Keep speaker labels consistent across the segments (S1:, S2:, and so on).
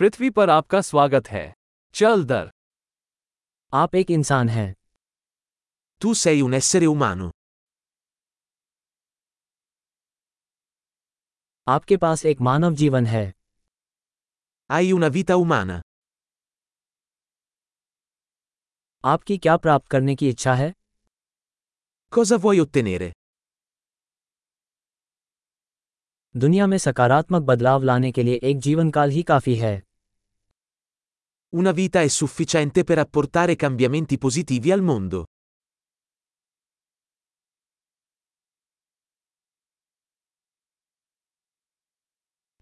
S1: पृथ्वी पर आपका स्वागत है चल दर
S2: आप एक इंसान हैं
S3: Tu sei un essere umano.
S2: आपके पास एक मानव जीवन है
S3: Hai una vita umana.
S2: आपकी क्या प्राप्त करने की इच्छा है
S3: Cosa vuoi ottenere?
S2: दुनिया में सकारात्मक बदलाव लाने के लिए एक जीवनकाल ही काफी है
S3: Una vita è sufficiente per apportare cambiamenti positivi al mondo.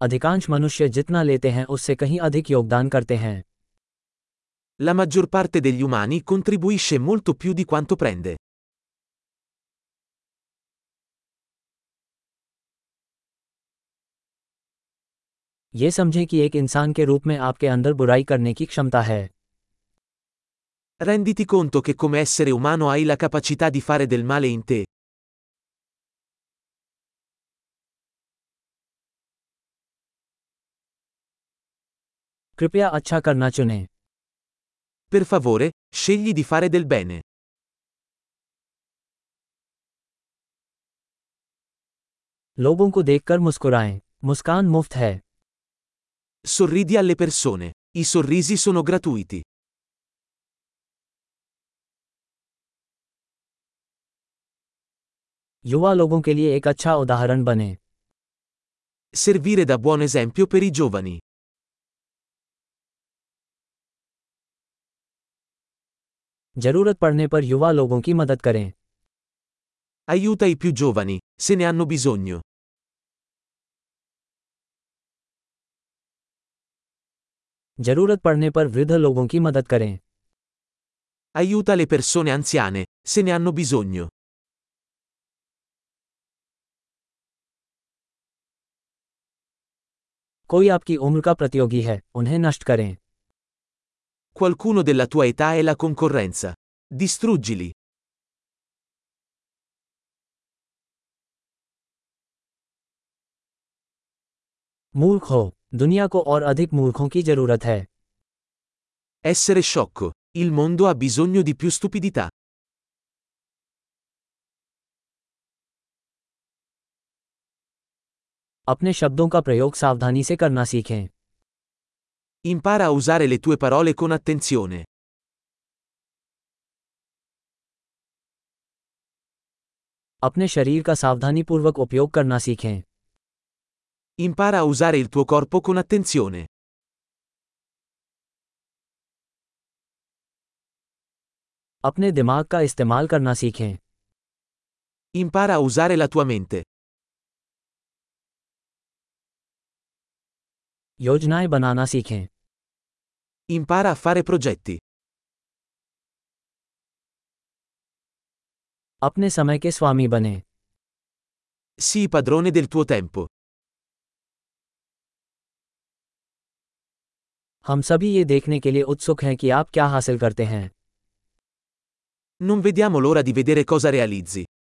S2: अधिकांश मनुष्य जितना लेते हैं उससे कहीं अधिक योगदान करते हैं
S3: La maggior parte degli umani contribuisce molto più di quanto prende.
S2: ये समझें कि एक इंसान के रूप में आपके अंदर बुराई करने की क्षमता है
S3: Renditi conto che come essere umano hai la capacità di fare del male in te.
S2: कृपया अच्छा करना चुनें
S3: Per favore, scegli di fare del bene.
S2: लोगों को देखकर मुस्कुराएं मुस्कान मुफ्त है
S3: Sorridi alle persone. I sorrisi sono gratuiti.
S2: युवा लोगों के लिए एक अच्छा उदाहरण बने
S3: Servire da buon esempio per i giovani.
S2: जरूरत पड़ने पर युवा लोगों की मदद करें
S3: Aiuta i più giovani, se ne hanno bisogno.
S2: जरूरत पड़ने पर वृद्ध लोगों की मदद करें
S3: Aiuta le persone anziane, se ne hanno bisogno.
S2: कोई आपकी उम्र का प्रतियोगी है उन्हें नष्ट करें
S3: Qualcuno della tua età è la concorrenza. Distruggili.
S2: मूर्ख हो दुनिया को और अधिक मूर्खों की जरूरत है
S3: Essere sciocco. Il mondo ha bisogno di più stupidità.
S2: अपने शब्दों का प्रयोग सावधानी से करना सीखें
S3: Impara a usare le tue parole con attenzione.
S2: अपने शरीर का सावधानीपूर्वक उपयोग करना सीखें
S3: Impara a usare il tuo corpo con attenzione.
S2: अपने दिमाग का इस्तेमाल करना सीखें
S3: Impara a usare la tua mente.
S2: योजनाएं बनाना सीखें
S3: Impara a fare progetti.
S2: अपने समय के स्वामी बने
S3: Sii padrone del tuo tempo.
S2: हम सभी ये देखने के लिए उत्सुक हैं कि आप क्या हासिल करते हैं
S3: Non vediamo l'ora di vedere cosa realizzi.